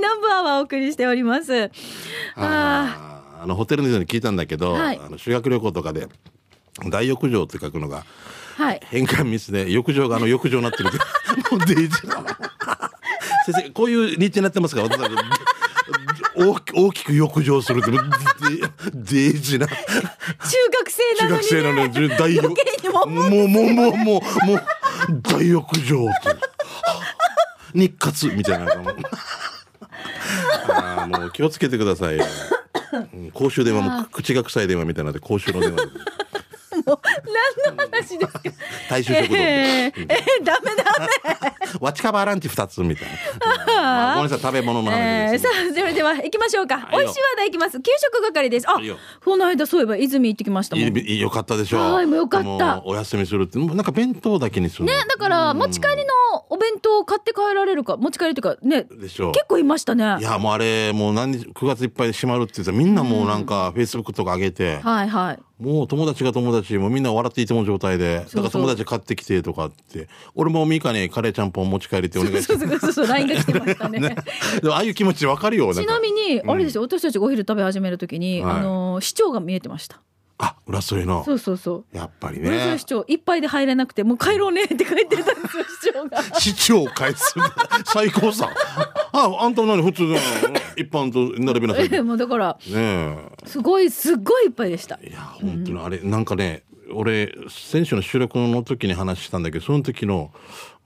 ナンバーはお送りしております。ああーあのホテルの人に聞いたんだけど、はいあの修学旅行とかで大浴場って書くのがあ、はい。変換ミスで浴場があの浴場になってるって もうデイジー先生こういう日程になってますから私は大き大きく浴場するってもうデイデイジーな中学生なの中に、ね。学生なのに大浴余計にももうもうもうもうもう大浴場って日活みたいなのあーもう気をつけてくださいようん公衆電話も口が臭い電話みたいなので公衆の電話何の話ですか。大衆え食堂ー、えでー、ダメダメ。わちかばランチ2つみたいな、まあごめんなさい食べ物の話えでー、すさ、あそれでは行きましょうか。い美よ味しい話題いきます。給食係です。あいいよ、この間そういえば泉行ってきましたもん。ね、いいよかったでしょはいもうよかったもうお休みするってもうなんか弁当だけにするのだから持ち帰りのお弁当を買って帰られるか、持ち帰りというかね、でしょう結構いましたね。はいいやもうあれもう何日9月いっぱいで閉まるって言ってたみんなもうなんかフェイスブックとか上げて、はい。もう友達が友達もうみんな笑っていても状態でそうそうだから友達買ってきてとかって俺もミカにカレーちゃんぽん持ち帰りってお願いしそてうそうそうそう、ラインが来てましたね。でもああいう気持ちわかるよなんか ちなみに、あれですよ、私たちがお昼食べ始めるときに、はいあのー、市長が見えてました。あ浦添のそうそうそう。やっぱり浦添ね市長、いっぱいで入れなくて、もう帰ろうねって書いてたんですよ、市長 が。市長を返す最高さああんた何普通の一般と並べなさ いえねえもうだから、えすごい、すっごいいっぱいでした。いや本当にあれ、なんかね俺選手の収録の時に話したんだけどその時の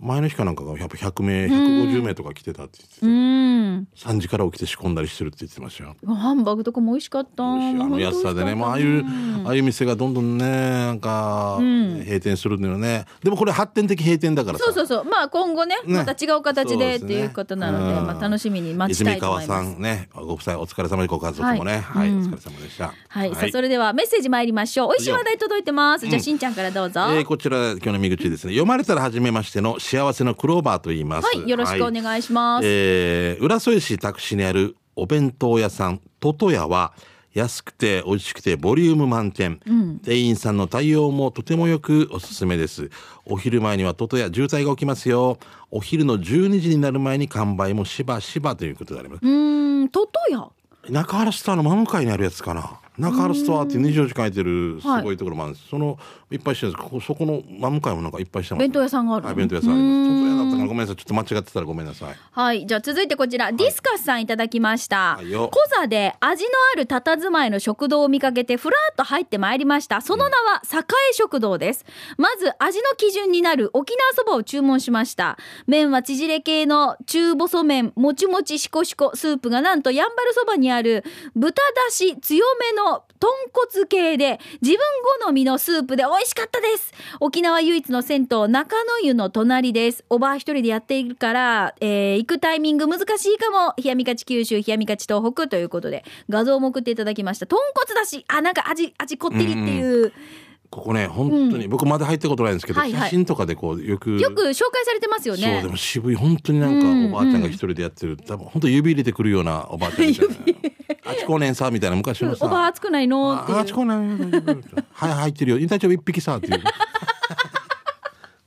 前の日かなんかがやっぱ100名150名とか来てたって言ってて、うん。 3時から起きて仕込んだりしてるって言ってましたよ。ハンバーグとかも美味しかった。美味しいあの安さでね、まあ、ああいう、ああいう店がどんどんね、なんか、閉店するのよね。でもこれ発展的閉店だからさ。そうそうそう、まあ、今後ね、ねまた違う形でってそですねいうことなので、うんまあ、楽しみに待ちた泉いと思川いまさす。んね、ご夫妻お疲れ様でご家族もね、はい、お疲れ様でした。はい、さあ、それではメッセージ参りましょう。美味しい話題届いてます。じゃあ、しんちゃんからどうぞ。えーこちら今日の見口ですね読まれたら初めましての幸せのクローバーと言いますはい、よろしくおはい願いします。えー浦添市拓司にあるお弁当屋さんトトヤは安くて美味しくてボリューム満点、店員さんの対応もとてもよくおすすめですお昼前にはトトヤ渋滞が起きますよお昼の12時になる前に完売もしばしばということであります、うーん、トトヤ。中原スターの真向かいにあるやつかな中原スターって24時間やってるすごいところもあるんです、そのいっぱいしてるんですここそこの真向かいもなんかいっぱいしてます弁当屋さんがあるのはい弁当屋さんありますトトヤだったからごめんなさいちょっと間違ってたらごめんなさいはい。じゃあ続いてこちら、ディスカスさんいただきました。はいよコザで味のある佇まいの食堂を見かけて、ふらっと入ってまいりました。その名は、栄食堂です。まず、味の基準になる沖縄そばを注文しました。麺は縮れ系の中細麺、もちもちしこしこ、スープがなんとやんばるそばにある、豚だし強めの豚骨系で、自分好みのスープで美味しかったです。沖縄唯一の銭湯、中野湯の隣です。おばあ一人でやっているから、えー行くタイミング難しいかも。冷やみかち九州、冷やみかち東北ということで、画像も送っていただきました。豚骨だし、あ、なんか味、味こってりっていう、ここね本当に、僕まだ入ったことないんですけど、はいはい写真とかでこうよくよく紹介されてますよそうねで。も渋い本当になんか、うんおばあちゃんが一人でやってる多分本当指入れてくるようなおばあちゃんみたいなあちこねんさみたいな昔のさおばあ熱くないのっていああうち。こない はい入ってるよ大丈夫一匹さっていう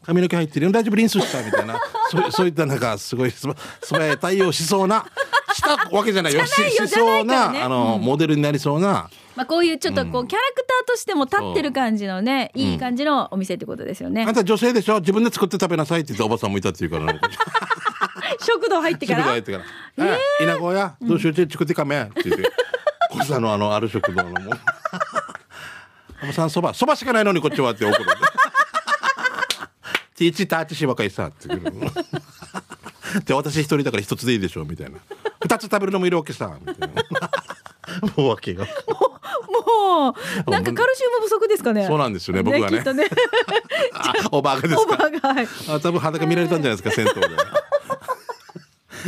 髪の毛入ってるよ大丈夫リンスしたみたいなそうそういったなんかすごいすば素早い対応しそうなしたわけじゃないよ じゃないよししそうじゃないからなねあの、モデルになりそうなまあこういうちょっとこう、キャラクターとしても立ってる感じのね、いい感じのお店ってことですよねあん。た女性でしょ自分で作って食べなさいって言ったおばさんもいたっていうからなんか食堂入ってすかぐら。入ってから「ええ稲子やどうしようちょちくってかめ」って言 って「小さのあのある食堂のもうおばさんそばそばしかないのにこっちは」って怒る 「ティーチターチしばかいさ」って言うで私一人だから一つでいいでしょみたいな二つ食べるのもいるわけさみたいなもうわけが もう、なんかカルシウム不足ですかね。そうなんですよね僕はねきっと ね。あおばあがですオかーバーが。はいあ多分裸見られたんじゃないですか銭湯で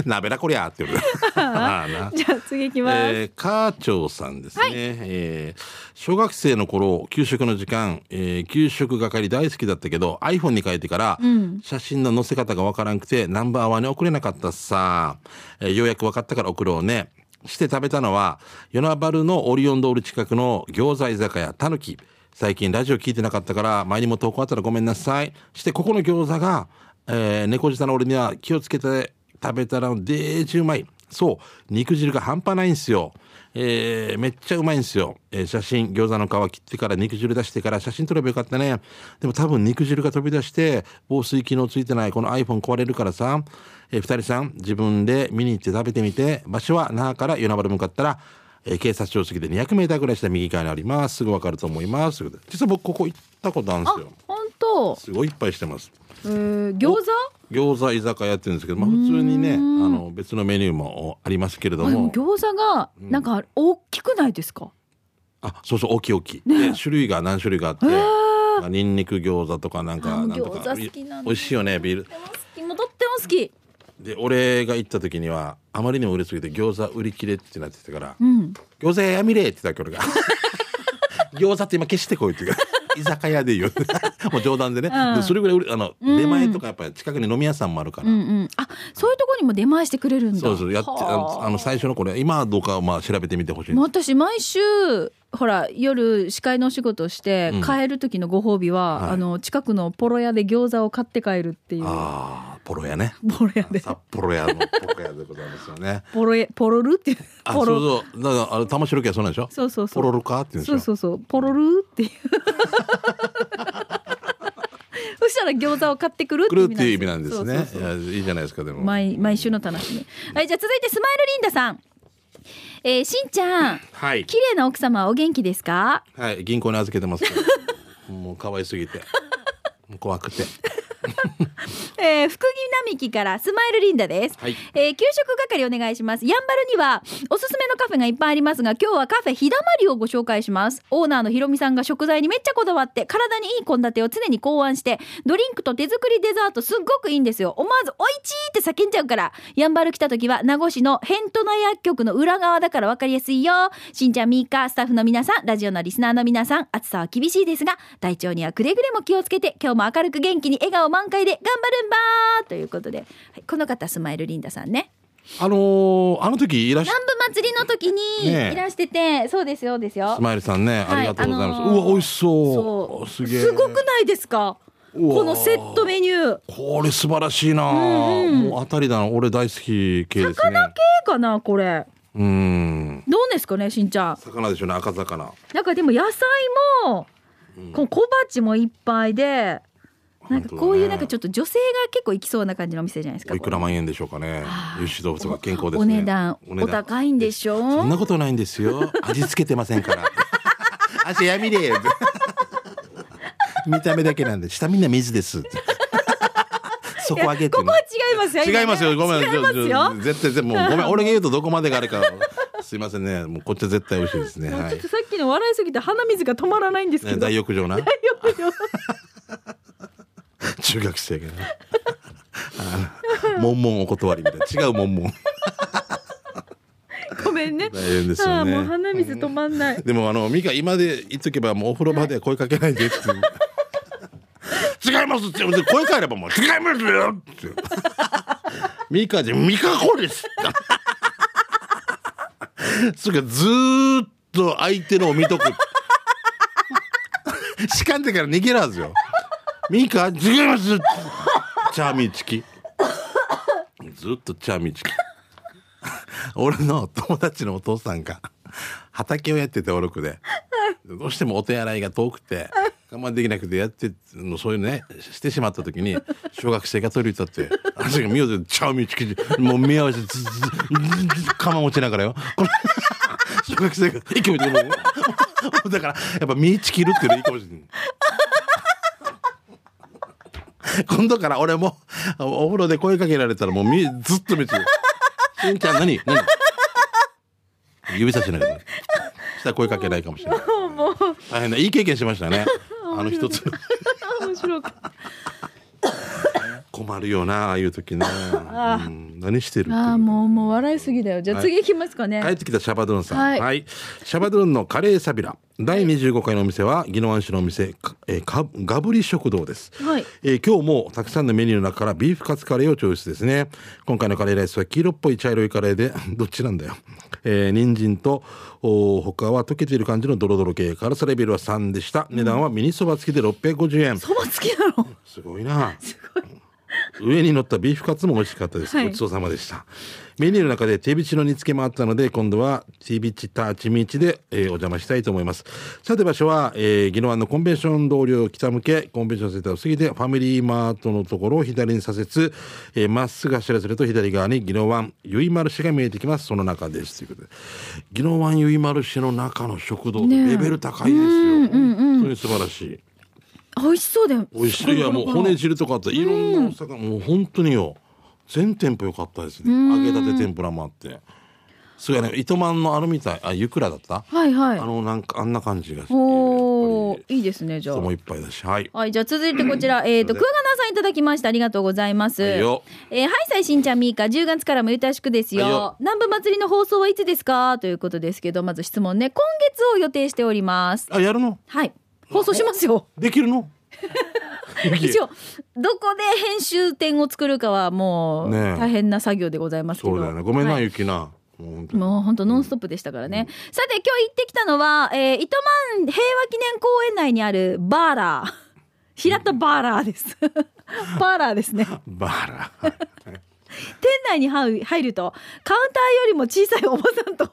鍋だこりゃーって言うあ ーなじゃあ次行きます。えー、カーチョウさんですね、はいえー小学生の頃給食の時間、えー給食係大好きだったけど iPhone に変えてから、写真の載せ方がわからんくてナンバーワンに送れなかったさ、えーようやく分かったから送ろうねして食べたのは与那原のオリオン通り近くの餃子居酒屋たぬき最近ラジオ聞いてなかったから前にも投稿あったらごめんなさいしてここの餃子が、えー、猫舌の俺には気をつけて食べたらデージうまいそう肉汁が半端ないんすよえーめっちゃうまいんすよ、えー写真餃子の皮切ってから肉汁出してから写真撮ればよかったねでも多分肉汁が飛び出して防水機能ついてないこの iPhone 壊れるからさ、えー、二人さん自分で見に行って食べてみて場所は那覇から与那原向かったらえー警察署過ぎで 200m ぐらいした右側にありますすぐ分かると思いますということで実は僕ここ行ったことあるんであすよ本当すごいいっぱいしてますえー、餃子餃子居酒屋やってるんですけど、まあ、普通にねあの別のメニューもありますけれどあでもも餃子がなんか大きくないですか、あそうそう大きい大きい、で種類が何種類かあって、まあ、ニンニク餃子とかなんあかなん餃と子か好きなんだ美味しいよねビールとっても好きもうとっても好きで俺が行った時にはあまりにも売れすぎて餃子売り切れってなってたから「ん餃子屋やみれ」って言ったけ俺が 「餃子って今消してこい」って言うから居酒屋で言う もう冗談でね、うんでそれぐらい売れあの、出前とかやっぱり近くに飲み屋さんもあるから、うんうんあそういうところにも出前してくれるんだそうそうやってあのはああの最初のこれ今はどうかはまあ調べてみてほしいもう私毎週ほら夜司会のお仕事をしてうん帰る時のご褒美は、はいあの近くのポロ屋で餃子を買って帰るっていうああポロ屋ねポロ屋で札幌屋のポロ屋でございますよねポロエポロルっていう あそポうロそうだからあの玉城家はそうなんでしょそうそうそポうロルカーって言うんでしそょうそうそうポロルっていう そしたら餃子を買ってくるって来るっていう意味なんですそうねそうそういやいいじゃないですかでも毎毎週の楽しみはいじゃあ続いてスマイルリンダさんえー、しんちゃんはい綺麗な奥様はお元気ですかはい、銀行に預けてます。 もう可愛すぎて。もう怖くて。えー、福木並木からスマイルリンダです。はいえー給食係お願いします。やんばるにはおすすめのカフェがいっぱいありますが、今日はカフェひだまりをご紹介します。オーナーのひろみさんが食材にめっちゃこだわって、体にいい献立を常に考案して、ドリンクと手作りデザートすっごくいいんですよ。思わずおいちーって叫んじゃうから。やんばる来た時は名護市のヘントナ薬局の裏側だからわかりやすいよ。しんちゃん、みーか、スタッフの皆さん、ラジオのリスナーの皆さん、暑さは厳しいですが、体調にはくれぐれも気をつけて、今日も明るく元気に笑顔満開で頑張るんばーということで、はい、この方、スマイルリンダさんね。あのーあの時いらっしゃ南部祭りの時ねにえいらしてて、そうですよ、ですよス。マイルさんね、はいありがとうございまあす。のーうわ、美味しそそう。うすげえ。すごくないですかうわーこのセットメニュー。これ素晴らしいな、もう当たりだな。俺大好き系ですね。魚系ええかな、これ。うん。どうですかね、しんちゃん。魚でしょうね、赤魚。なんかでも野菜も、この小鉢もいっぱいで、なんかこういうなんかちょょっっと女性が結構行きそうな感じのお店じゃないですか。おいくら万円でしょうかねあ。ー油脂豆腐とか健康ですね。お値段お高いんでしょそんなことないんで すよ。味付けてませんから。足やみれよ。見た目だけなんで、下みんな水です。そこ上げてここね、は違いますよ。違いますよ。ごめん。違いますよ。ぜ絶対、ぜもう、 ごめん。俺が言うとどこまでがあれか。すいませんね。もうこっちは絶対美味しいですね。はちょっいと。さっきの笑いすぎて鼻水が止まらないんですけねど。大浴場な。大丈夫よ 中学生がね。もんもんお断りみたいな。違うもんもん。ごめんね。大変ですよねああもう鼻水止まんない。でもあのミカ今で言っとけばもうお風呂場では声かけないでって、違いますって声かえればもう違いますよってミカでミカ子ですってそれからずーっと相手のを見とくしかんでから逃げるはずよミカ違いますってチャーミーチキずっとチャーミーチキ俺の友達のお父さんが畑をやってておろくでどうしてもお手洗いが遠くて我慢できなくてやってのそういうねしてしまった時に小学生が取り入ったって私が見ようでチャーミーチキチもう見合わせずずずず釜持ちながらよこの小学生が一気見てもうもうだからやっぱミーチキるっていうのいいかもしれない。今度から俺もお風呂で声かけられたらもうみずっと見てる。しんちゃん何何指差しながら、ね、したら声かけないかもしれない もう大変だいい経験しましたねあの一 つ面白く。困るよなああいう時ね、うん、何してるっていうああもうもう笑いすぎだよ。じゃあ次行きますかね。帰ってきたシャバドゥンさん、ははいいシャバドゥンのカレーサビラ第25回のお店は宜野湾市のお店かえーかガブリ食堂です、はいえー今日もたくさんのメニューの中からビーフカツカレーをチョイスですね今回のカレーライスは黄色っぽい茶色いカレーで どっちなんだよ、えー、人参とお他は溶けている感じのドロドロ系辛さレベルは3でした値段はミニそば付きで650円、そば好きなの。すごいな上に乗ったビーフカツも美味しかったです、はいごちそうさまでしたメニューの中で手びちの煮付けもあったので今度は手びちタチミチで、えーお邪魔したいと思いますさて場所は、えー、宜野湾のコンベンション通りを北向けコンベンションセンターを過ぎてファミリーマートのところを左に左折えーま、っすぐ走らせると左側に宜野湾ゆいまる市が見えてきますその中ですということで宜野湾ゆいまる市の中の食堂ってねえレベル高いですよ、本当に素晴らしい美味しそうで美味しいいやもう骨汁とかあっていろんなお魚、もう本当によ全店舗良かったですね揚げたて天ぷらもあってすごいね糸満のあるみたいあゆくらだった、はいはあいのなんかあんな感じがしておーやっぱりいいですねじゃあ人もいっぱいだしはいはい、じゃあ続いてこちら、えっ、と、クワガナーさんいただきました。ありがとうございます。はいよえーはい、さいしんちゃんみーか、10月からもゆたしくですよ。はいよ南部祭りの放送はいつですかということですけど、まず質問ね。今月を予定しております。あやるのはい、放送しますよ。できる の一応、どこで編集点を作るかはもう、ねえ大変な作業でございますけど。そうだよねごめんな、はいゆきなもう本当にもう本当ノンストップでしたからね。さて、今日行ってきたのは、えー糸満平和記念公園内にあるバーラー。平田バーラーです。 バーラーですね。バラ店内に入入るとカウンターよりも小さいおばさんと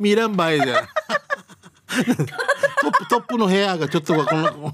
ミランバイじゃん トップ トップの部屋がちょっとこのカウンターよ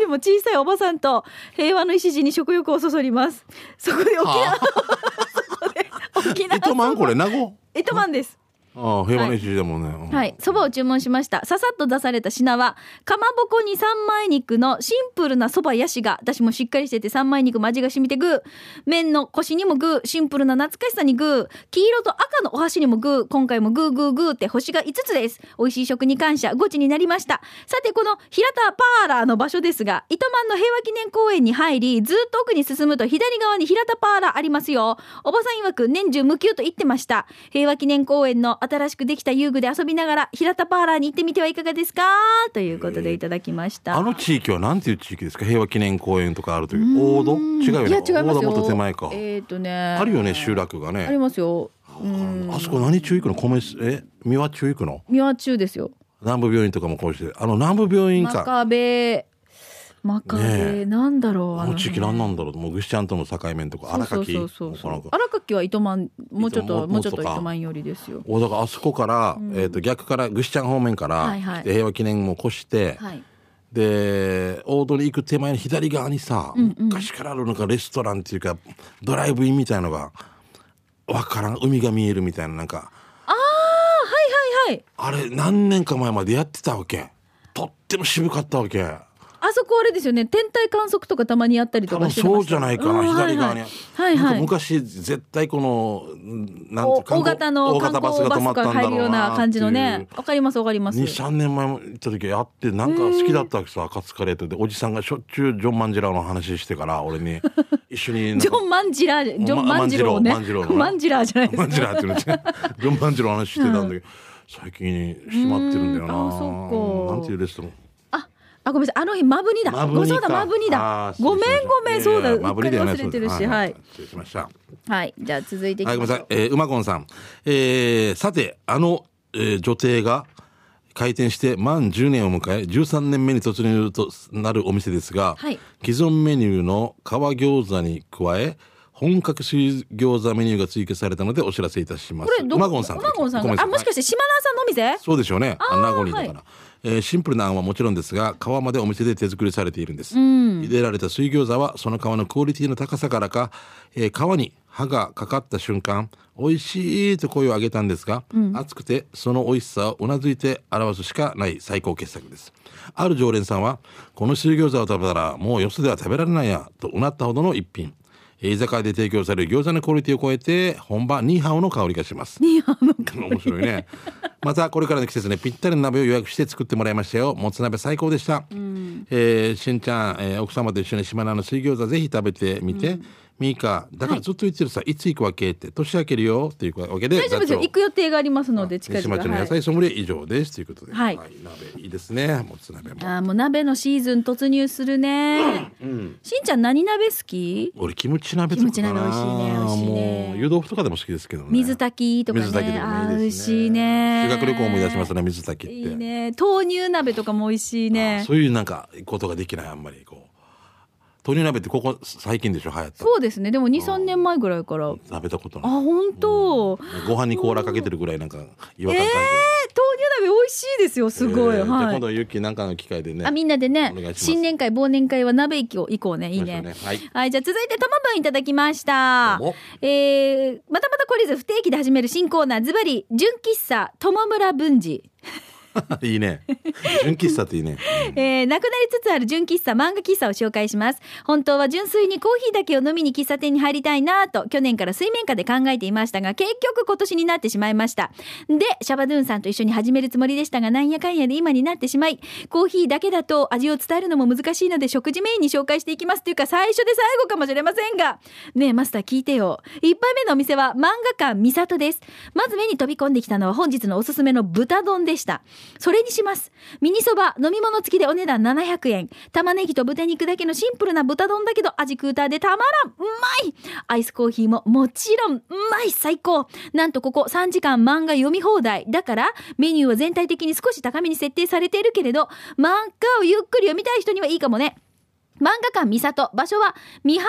りも小さいおばさんと平和の礎に食欲をそそりますそこで沖縄そこで沖縄糸満これ名護糸満ですああ平和の一時だもんね、うんはいそばを注文しましたささっと出された品はかまぼこに三枚肉のシンプルなそばやしが私もしっかりしてて三枚肉も味が染みてグー麺の腰にもグーシンプルな懐かしさにグー黄色と赤のお箸にもグー今回もグーグーグーって星が5つです美味しい食に感謝ゴチになりましたさてこの平田パーラーの場所ですが糸満の平和記念公園に入りずっと奥に進むと左側に平田パーラーありますよおばさん曰く年中無休と言ってました平和記念公園の新しくできた遊具で遊びながら平田パーラーに行ってみてはいかがですかということでいただきました、あの地域はなんていう地域ですか平和記念公園とかあるという大戸違うよねいや違います大戸よもっと手前か、えっ、とねあるよね集落がありねますよあそこ何中行くの米すえ三輪中行くの三輪中ですよ南部病院とかもこうしてあの南部病院真か壁真ねえ壁なんだろうああの地域何のなんだろうもうぐしちゃんとの境面とか荒そう垣そうそうそうもうこの荒垣は糸満もうちょっ糸と満もうちょっともうちょっとか糸満寄りですよおだからあそこから、えー、と逆からぐしちゃん方面から、はいはい来て平和記念も越して、はいで大通り行く手前の左側にさ、昔からあるのかレストランっていうかドライブインみたいのがわからん海が見えるみたいななんかはいはいあれ何年か前までやってたわけとっても渋かったわけあそこあれですよね天体観測とかたまにやったりと多か分してましたそうじゃないかなうん左側に、はいなんはかい昔絶対このんなんおて観大光型の大観型バス光がバ止まスったがんだ入ろるよううなな感じのねわかりますわかります23年前も行った時やってなんか好きだったわけさカツカレーとでおじさんがしょっちゅうジョン万次郎の話してから俺に一緒になんかジョン万次郎ジョン万次郎ね 万次郎のね万次郎じゃないです マンジラーって言うんですよ ジョン・マンジラーの話してたんだけど、最近閉まってるんだよなうーんあそっかなんていうレストランあ、あごめんなさい。あの日マブニだ。マブニごそうだマブニだ。ごめんごめんそうだ。うっかり忘れてるし、はい。失礼しましたはい。じゃあ続いていきはい、ごまめしょんなうさい。えー、うまこんさん。えー、さて、あの、えー女帝が開店して満10年を迎え、13年目に突入となるお店ですが、はい既存メニューの皮餃子に加え、本格水餃子メニューが追加されたのでお知らせいたします。これどうまこんさんうかまら。こんさんごめが。あ、いもしかして島田さんのお店？そうでしょうね。ああー名残だから、えーシンプルなあんはもちろんですが、皮までお店で手作りされているんです。茹でられた水餃子は、その皮のクオリティの高さからか、えー皮に歯がかかった瞬間、美味しいと声を上げたんですが、熱くてその美味しさをうなずいて表すしかない最高傑作です。ある常連さんは、この水餃子を食べたらもうよそでは食べられないや、とうなったほどの一品。えー居酒屋で提供される餃子のクオリティを超えて、本場ニーハオの香りがします。面白 いねまたこれからの季節ねぴったりの鍋を予約して作ってもらいましたよもつ鍋最高でした、えーしんちゃん、えー奥様と一緒に島菜の水餃子ぜひ食べてみて、ミーカだからずっと言ってるさ、い、つ行くわけって年明けるよっていうわけで大丈夫ですよ。座長行く予定がありますので近島々。町の野はい。菜ソムリエ以上です、ということで、はい鍋いいですねもつ鍋もあー、もう鍋のシーズン突入するね。しんちゃん何鍋好き？俺キムチ鍋とかかキなムチ鍋美味しいね美味しいねもう湯豆腐とかでも好きですけどね水炊きとかね。水炊きでもいいあですーね美味しいね。修学旅行思い出しますね水炊きっていいね。豆乳鍋とかも美味しいあねー。そういうなんかことができないあんまりこう鶏鍋ってここ最近でしょ流行ったそうですねでも23年前ぐらいからあ食べたことない本当、えー、ご飯に甲羅かけてるぐらいなんか違和感感じる、豆乳鍋美味しいですよすごい、えーじゃあは今い度ゆっきーなんかの機会でねあみんなでねお願いします新年会忘年会は鍋行きを行こうねいい行ねきましょうねはいはいじゃあ続いて玉分いただきましたどうもえー、またまたこれず不定期で始める新コーナーズバリ純喫茶友村文治 いいね。純喫茶って いいね。えー、なくなりつつある純喫茶漫画喫茶を紹介します本当は純粋にコーヒーだけを飲みに喫茶店に入りたいなぁと去年から水面下で考えていましたが結局今年になってしまいましたでシャバドゥンさんと一緒に始めるつもりでしたがなんやかんやで今になってしまいコーヒーだけだと味を伝えるのも難しいので食事メインに紹介していきますというか最初で最後かもしれませんがねえマスター聞いてよ一杯目のお店は漫画館みさとですまず目に飛び込んできたのは本日のおすすめの豚丼でしたそれにしますミニそば飲み物付きでお値段700円玉ねぎと豚肉だけのシンプルな豚丼だけど味クーターでたまらんうまいアイスコーヒーももちろんうまい最高なんとここ3時間漫画読み放題だからメニューは全体的に少し高めに設定されているけれど漫画をゆっくり読みたい人にはいいかもね漫画館三里場所は三原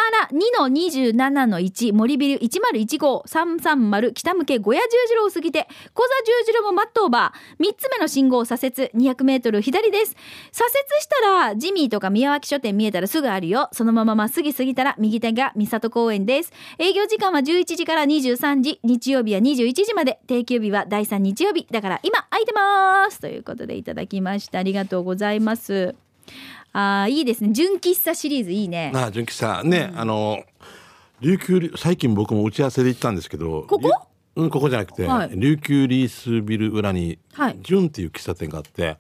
2-27-1森ビル101号330北向け小屋十字路を過ぎて小座十字路もマットオーバー3つ目の信号左折200メートル左です左折したらジミーとか宮脇書店見えたらすぐあるよそのまままっすぐ過ぎたら右手が三里公園です営業時間は11時から23時日曜日は21時まで定休日は第3日曜日だから今空いてますということでいただきましたありがとうございますあーいいですね純喫茶シリーズいいねなあ、純喫茶。ね、あの、琉球リ、最近僕も打ち合わせで行ったんですけど。ここりゅうん、ここじゃなくて、はい琉球リースビル裏にはい、純っていう喫茶店があって、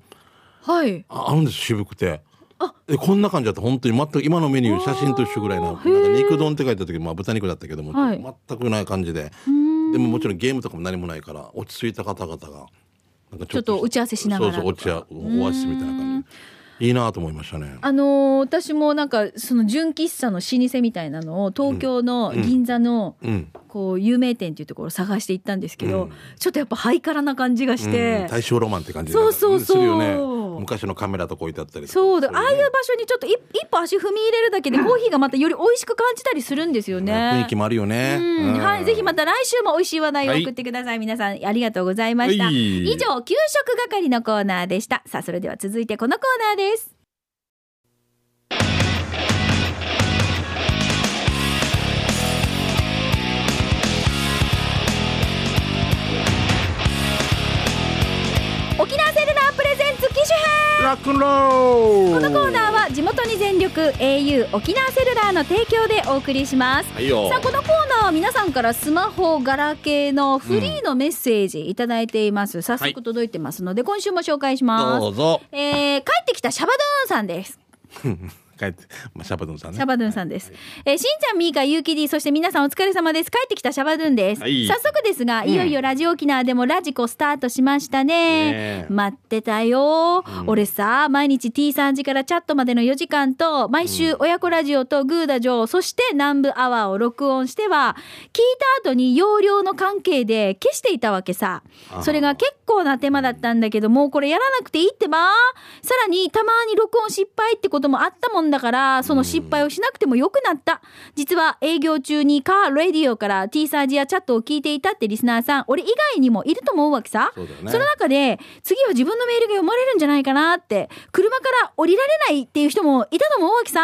はいああるんです、渋くてあ。えこんな感じだった本当に全く今のメニュー写真と一緒ぐらいななんか肉丼って書いた時、まあ、豚肉だったけども、はい全くない感じででももちろんゲームとかも何もないから落ち着いた方々がなんかちょっと打ち合わせしながらそうそう落ち合おオアシスみたいな感じいいなと思いましたねあのー私もなんかその純喫茶の老舗みたいなのを東京の銀座のうんこう有名店っていうところを探して行ったんですけど、うんちょっとやっぱハイカラな感じがして、うん大正ロマンって感じそうそうそうするよね昔のカメラとこ置いてあったりとかそうだああいうね場所にちょっと一一歩足踏み入れるだけでコーヒーがまたより美味しく感じたりするんですよね。雰囲気もあるよねうんうんはい、ぜひまた来週も美味しい話題を送ってください。皆さん、ありがとうございました。はい以上、給食係のコーナーでした。さあ、それでは続いてこのコーナーです。沖縄セルラープレゼンツ機種編ラックンローこのコーナーは地元に全力 au 沖縄セルラーの提供でお送りしますはいよさあこのコーナーは皆さんからスマホガラケーのフリーのメッセージいただいています、早速届いてますので、今週も紹介しますどうぞえー帰ってきたシャバドゥンさんです帰ってまあシャバドゥンさんねシャバドゥンさんです、えーしんちゃんみーかゆうきりそして皆さんお疲れ様です帰ってきたシャバドゥンです、はい早速ですがいよいよラジオ沖縄でもラジコスタートしましたねねえ待ってたよ、俺さ毎日 T3 時からチャットまでの4時間と毎週親子ラジオとグーダジョーそして南部アワーを録音しては聞いた後に容量の関係で消していたわけさあーそれが結構な手間だったんだけどもうこれやらなくていいってばさらにたまに録音失敗ってこともあったもんだからその失敗をしなくてもよくなった実は営業中にカーレディオから T サージやチャットを聞いていたってリスナーさん俺以外にもいると思うわけさそうだよねその中で次は自分のメールが読まれるんじゃないかなって車から降りられないっていう人もいたと思うわけさ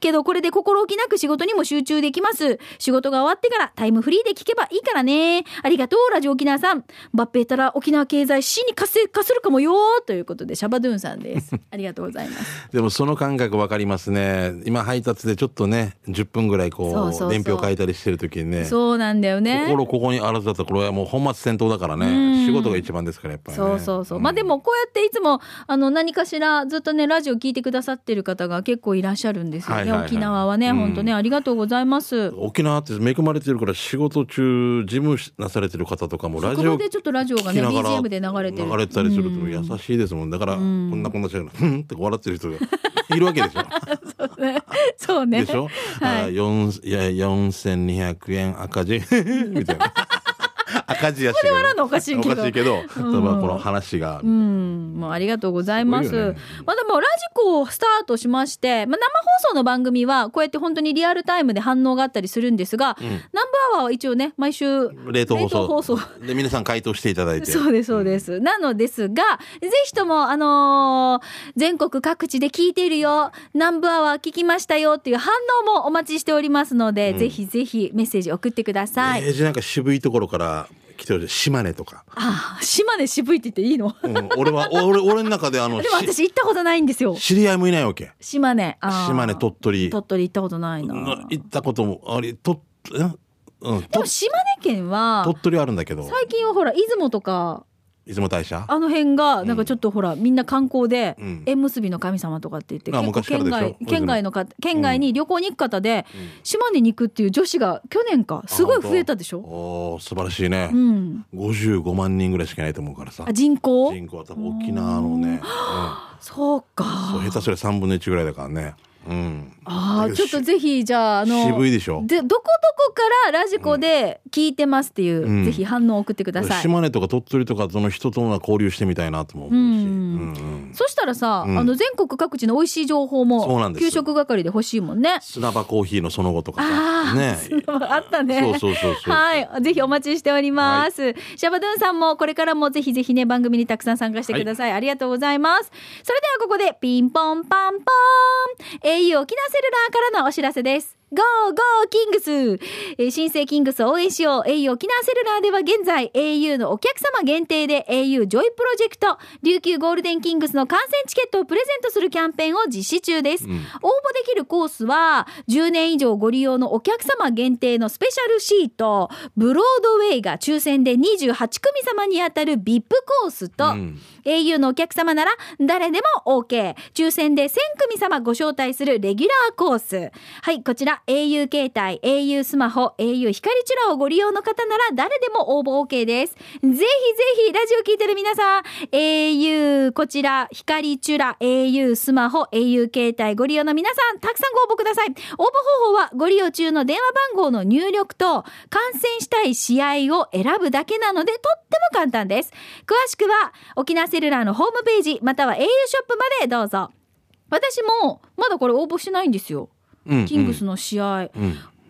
けどこれで心置きなく仕事にも集中できます仕事が終わってからタイムフリーで聞けばいいからねありがとうラジオ沖縄さんバッペたら沖縄経済死に活性化するかもよということでシャバドゥンさんです ありがとうございますでもその感覚わかりますね今配達でちょっとね10分ぐらいこうそうそうそう伝票書いたりしてる時にねそうなんだよね心ここにあらずだったらこれはもう本末転倒だからうんね仕事が一番ですからやっぱりねそうそうそう、まあでもこうやっていつもあの何かしらずっとねラジオ聞いてくださってる方が結構いらっしゃるんですよね、はいはいはい沖縄はねうん本当ねありがとうございます沖縄って恵まれてるから仕事中事務なされてる方とかもラ職ジオ場聞でちょっとラジオがきねながら BGM で流れてる流れてたりするとうん優しいですもんだからこんなこんなしながらふんって笑ってる人がいるわけでしょ そうねでしょ、はい あー四いや4200円赤字みたいな赤字やしそれ笑うのおかしいけどおかしいけど、まあこの話が、うん、もうありがとうございます。すごいよねまあでもラジコをスタートしまして、まあ、生放送の番組はこうやって本当にリアルタイムで反応があったりするんですが、んナンバーワーは一応ね、毎週冷凍放送冷凍放送で皆さん回答していただいてそうです、そうです。なのですが、ぜひとも、あのー全国各地で聞いているよ、南部アワー聞きましたよっていう反応もお待ちしておりますので、ぜひぜひメッセージ送ってください。えーじゃあなんか渋いところから来てほしい島根 とか、ああ、島根渋いって言っていいのうん俺は俺俺の中であのでもし私行ったことないんですよ。知り合いもいないわけ島根。あー島根鳥取鳥取行ったことないな。の行ったこともあれ鳥取んうんでとも島根県は鳥取はあるんだけど最近はほら出雲とか出雲大社あの辺がなんかちょっとほら、みんな観光でうん縁結びの神様とかって言って、結あ構昔から県でしょ外大泉県外の方県外に旅行に行く方で、島根に行くっていう女子が去年かすごい増えたでしょ。おお素晴らしいねう、ん、 55万人ぐらいしかいないと思うからさあ人口人口は多分沖縄のね、そううんそうか下手すりゃ3分の1ぐらいだからねうんあーだけちどょっとぜひじゃああの渋いでしょでどこどこからラジコで聞いてますっていう、うんぜひ反応を送ってください。島根とか鳥取とかその人との交流してみたいなとも思うし、うんうんうんそしたらさ、うんあの全国各地の美味しい情報そうなもんです給食係で欲しいもんね。砂場コーヒーのその後とかあさーね砂場あったねそうそうそうそうはい、ぜひお待ちしております。シャバドゥンさんもこれからもぜひぜひね番組にたくさん参加してください。ありがとうございます。それではここでピンポンパンポーン au 沖縄セルラーからのお知らせです。ゴーゴーキングス、えー新生キングスを応援しよう au 沖縄セルラーでは現在 au のお客様限定で au ジョイプロジェクト琉球ゴールデンキングスの観戦チケットをプレゼントするキャンペーンを実施中です、応募できるコースは10年以上ご利用のお客様限定のスペシャルシートブロードウェイが抽選で28組様に当たる VIP コースと、うん au のお客様なら誰でも OK 抽選で1000組様ご招待するレギュラーコースはいこちら au 携帯 au スマホ au 光チュラをご利用の方なら誰でも応募 OK ですぜひぜひラジオ聞いてる皆さん au こちら光チュラ au スマホ au 携帯ご利用の皆さんたくさんご応募ください応募方法はご利用中の電話番号の入力と観戦したい試合を選ぶだけなのでとっても簡単です詳しくは沖縄セルラーのホームページまたは au ショップまでどうぞ私もまだこれ応募してないんですようんキングスの試合、うん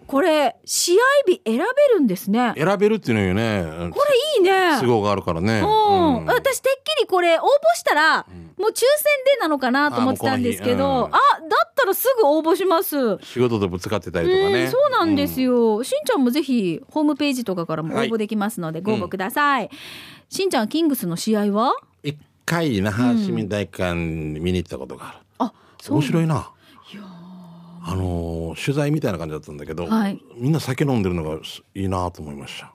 これ試合日選べるんですね選べるっていうのよねこれいいね都合があるからね、うん、うん私てっきりこれ応募したら、もう抽選でなのかなと思ってたんですけあもどうこのあだったらすぐ応募します仕事でぶつかってたりとかうねん、そうなんですよ、しんちゃんもぜひホームページとかからも応はい募できますのでご応募ください、しんちゃんキングスの試合は一回那覇市民大館に見に行ったことがある、あそう面白いなあのー取材みたいな感じだったんだけど、はいみんな酒飲んでるのがすいいなと思い ましたい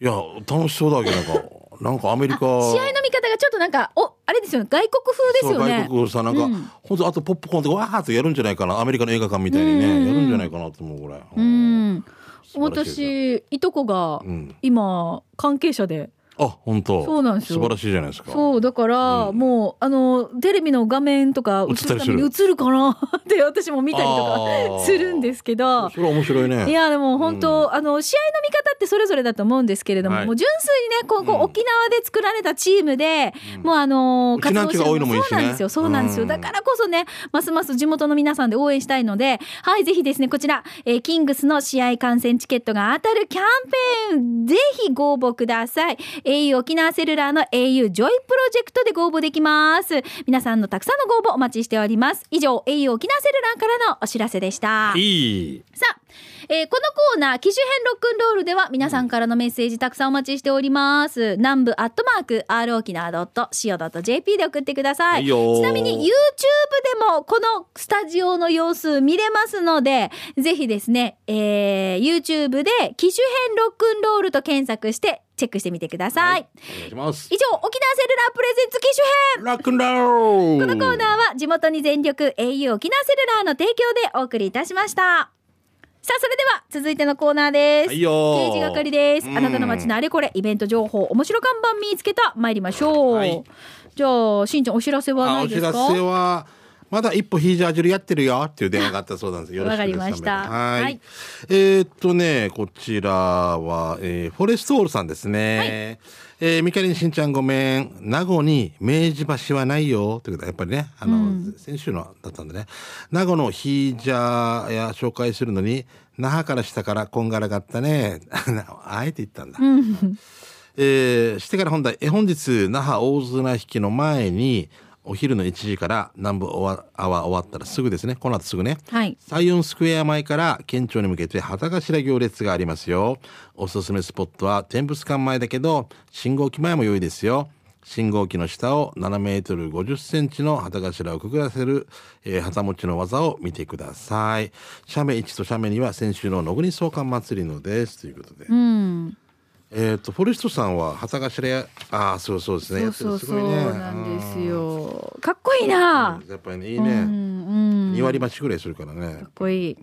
や楽しそうだけどなんかなんかアメリカ試合の見方がちょっとなんかおあれですよね外国風ですよそうね外国さなんか、本当あとポップコーンとかわーっとやるんじゃないかなアメリカの映画館みたいにね、やるんじゃないかなと思うぐらい、うん素晴らしいで私いとこがん今関係者で、あ本当そうなんですよ素晴らしいじゃないですかそうだから、もうあのテレビの画面とか映るために映った映りるかな って私も見たりとあかーするんですけどそれは面白いねいやでも本当、あの試合の見方ってそれぞれだと思うんですけれども、はいもう純粋にねこうこううん沖縄で作られたチームで、もうあのうちなんちが多いのもいいしねそうなんですよそうなんですよ、うんだからこそねますます地元の皆さんで応援したいのではいぜひですねこちら、えーキングスの試合観戦チケットが当たるキャンペーンぜひご応募ください au 沖縄セルラーの au ジョイプロジェクトでご応募できます皆さんのたくさんのご応募お待ちしております以上 au 沖縄セルラーからのお知らせでしたいいさあ、えーこのコーナー、機種編ロックンロールでは皆さんからのメッセージたくさんお待ちしております。南部アットマーク、r 沖縄 .co.jp で送ってください。いいよちなみに YouTube でもこのスタジオの様子見れますので、ぜひですね、えー YouTube で機種編ロックンロールと検索してチェックしてみてください。お願いします以上、沖縄セルラープレゼンツ機種編ラックンロールこのコーナーは地元に全力 au 沖縄セルラーの提供でお送りいたしました。さあ、それでは続いてのコーナーです。はいよ刑事係です。うんあなたの街のあれこれ、イベント情報、面白看板見つけた、参りましょう。はいじゃあ、しんちゃんお知らせはなあおいで知すからせはまだ一歩ヒージャージュルやってるよっていう電話があったそうなんですよ。あよろしくですわかりましたはい,、はいえーっとね、こちらは、えーフォレストオールさんですね。えー、みかりんしんちゃんごめん。名護に明治橋はないよ。ということで、やっぱりね、あの、先週のだったんでね。名護のヒージャーや紹介するのに、那覇から下からこんがらがったね。 あえて言ったんだ。えーしてから本題、えー本日、那覇大綱引きの前に、お昼の1時から南部おわアワー終わったらすぐですね、この後すぐね、はいサイオンスクエア前から県庁に向けて旗頭行列がありますよ。おすすめスポットは天物館前だけど、信号機前も良いですよ。信号機の下を7メートル50センチの旗頭をくぐらせる、えー旗持ちの技を見てください。斜面1と斜面2は先週の野国総館祭りのです。ということで。うんえっ、と、フォレストさんは旗頭や、ああ、そうそうですね。そうそうそうやってるなんです。ごいねよかっこいいあなーやっぱりね、いいうね。んうん2割増しぐらいするからねかっ。こいい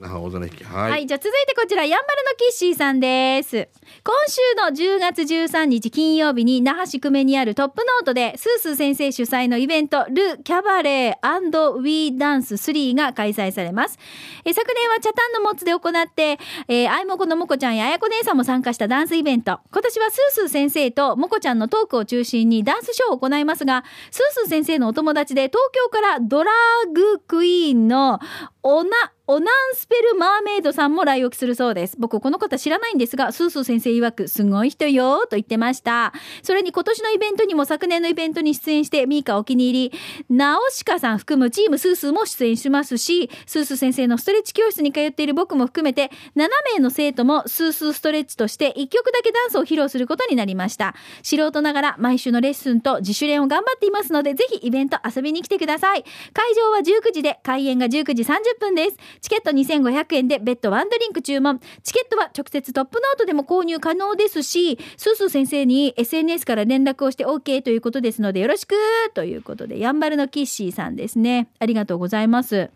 那覇大空引き。はい。はい、じゃあ続いてこちら、やんばるのキッシーさんです。今週の10月13日金曜日に、那覇市久米にあるトップノートで、スースー先生主催のイベント、ル・キャバレーウィーダンス3が開催されます。えー昨年はチャタンのモツで行って、えー、あいもこのもこちゃんやあやこ姉さんも参加したダンスイベント。今年はスースー先生ともこちゃんのトークを中心にダンスショーを行いますが、スースー先生のお友達で、東京からドラッグクイーンのオナ、オナンスペルマーメイドさんも来沖するそうです。僕、この方知らないんですが、スースー先生曰く、すごい人よ、と言ってました。それに今年のイベントにも昨年のイベントに出演して、ミーカお気に入り、ナオシカさん含むチームスースーも出演しますし、スースー先生のストレッチ教室に通っている僕も含めて、7名の生徒もスースーストレッチとして、1曲だけダンスを披露することになりました。素人ながら、毎週のレッスンと自主練を頑張っていますので、ぜひイベント遊びに来てください。会場は19時で、開演が19時30分です。チケット2500円で、別途ワンドリンク注文。チケットは直接トップノートでも購入可能ですし、スースー先生に SNS から連絡をして OK ということですので、よろしくということで、やんばるのキッシーさんですね。ありがとうございます。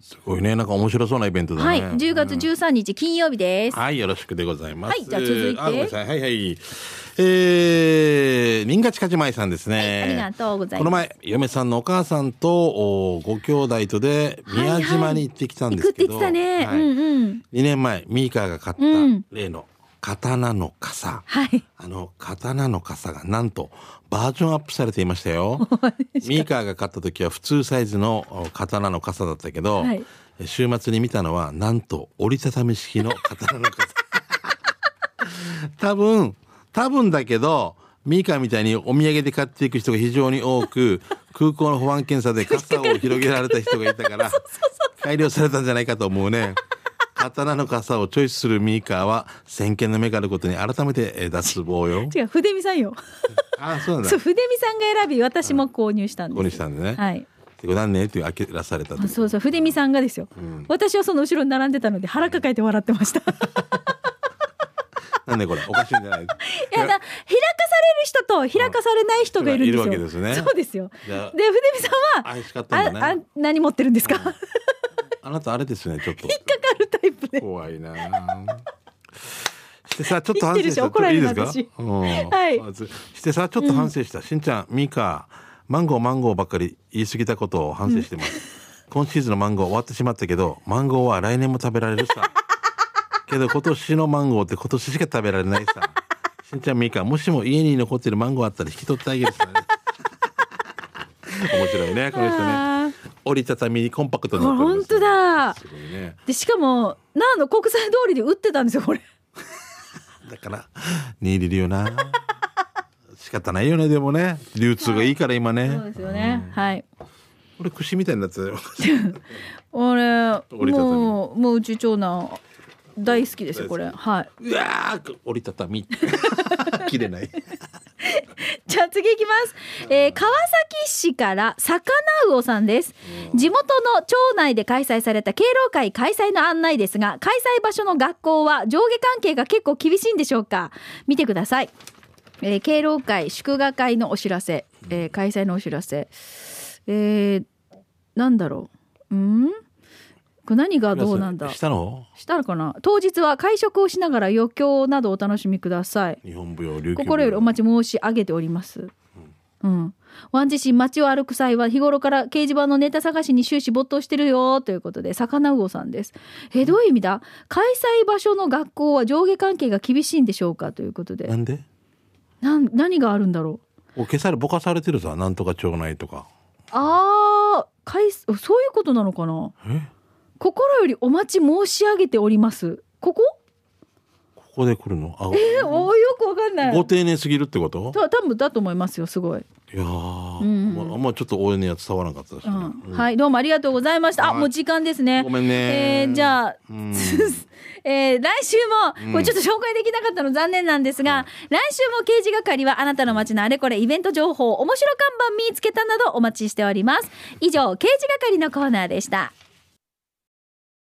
すごいね。なんか面白そうなイベントだね。はい、10月13日金曜日です。はい、よろしくでございまはす。いじゃあ続いてあごめんなさい。はいはい。えー、リンガチカジマイさんですね。はいありがとうございますこの前、嫁さんのお母さんと、おご兄弟とで、宮島に行ってきたん行でくっすてけ言っど。てたね。はうんいうん。 2年前、ミーカーが買っうんた例の刀の傘。はい。 あの、刀の傘がなんとバージョンアップされていましたよ。 ミーカーが買った時は普通サイズのお刀の傘だったけど、はい週末に見たのはなんと折りたたみ式の刀の傘。 多分、多分だけど、ミーカーみたいにお土産で買っていく人が非常に多く、空港の保安検査で傘を広げられた人がい たから、改良されたんじゃないかと思うね。刀の傘をチョイスするミーカーは先見の目があることに改めてえー脱 帽よ。違う、筆見さんよ。あ、そうなんだそう、。筆見さんが選び、私も購入したんです。ここにしたんでね。はい。これ何ねっていうあけらされたとあ。そうそう、筆見さんがですよ。私はその後ろに並んでたので、腹抱えて笑ってま した。なんでこれおかしいんじゃないい やだ開かされる人と開かされない人がいるんですよ。いるわけですねそうですよ。じでゃあ筆見さんは怪しかったんだねああ何持ってるんです か。引っかあなたあれですね、ちょっと。かるタイプで。怖いなぁしてさちょっと反省生きてるでしたしょちょっといいですか、私うんしてさちょっと反省した、しんちゃんミカマンゴーマンゴーばっかり言い過ぎたことを反省してます、 今シーズンのマンゴー終わってしまったけどマンゴーは来年も食べられ るさけど今年のマンゴーって今年しか食べられないさしんちゃんミカもしも家に残ってるマンゴーあったら引き取ってあげ るさ、ね、面白いねこの人ねあー折りたたみコンパクトになっておりま本すね当だ。すごいねでしかもなの国際通りで売ってたんですよこれ。だから、握れる よな。仕方ないよね、でもね。流通がいいから今ね。そうですよね。はい。これ、串みたいになってたよ。俺折りたたみもうもううち長男大好きですよこれ。大好はい。うわー折りたた み。切れない。じゃあ次いきます、えー川崎市から魚魚さんです地元の町内で開催された敬老会開催の案内ですが開催場所の学校は上下関係が結構厳しいんでしょうか見てください、えー敬老会祝賀会のお知らせ、えー開催のお知らせえー、なんだろううんこれ何がどうなんだ下の方したのかな当日は会食をしながら余興などお楽しみください日本舞踊、琉球舞踊。心よりお待ち申し上げております。うん。ワン自身街を歩く際は日頃から掲示板のネタ探しに終始没頭してるよということで、魚魚さんです。え、どういう意味だ開催場所の学校は上下関係が厳しいんでしょうかということでな。んでなん、何があるんだろうお消されぼかされてるさなんとか町内とかあー、開、そういうことなのかなえ心よりお待ち申し上げております。ここここで来るのあえ、おーよくわかんない。ご丁寧すぎるってことた多分だと思いますよ、すごい。いやー、うんまあ、あんまちょっと応援のやつ伝わらなかったですうね、んはい、どうもありがとうございました。あ、はいもう時間ですね。ごめんねえーじゃあ、うんえー来週も、うんこれちょっと紹介できなかったの残念なんですが、来週も刑事係はあなたの街のあれこれイベント情報、面白看板見つけたなどお待ちしております。以上、刑事係のコーナーでした。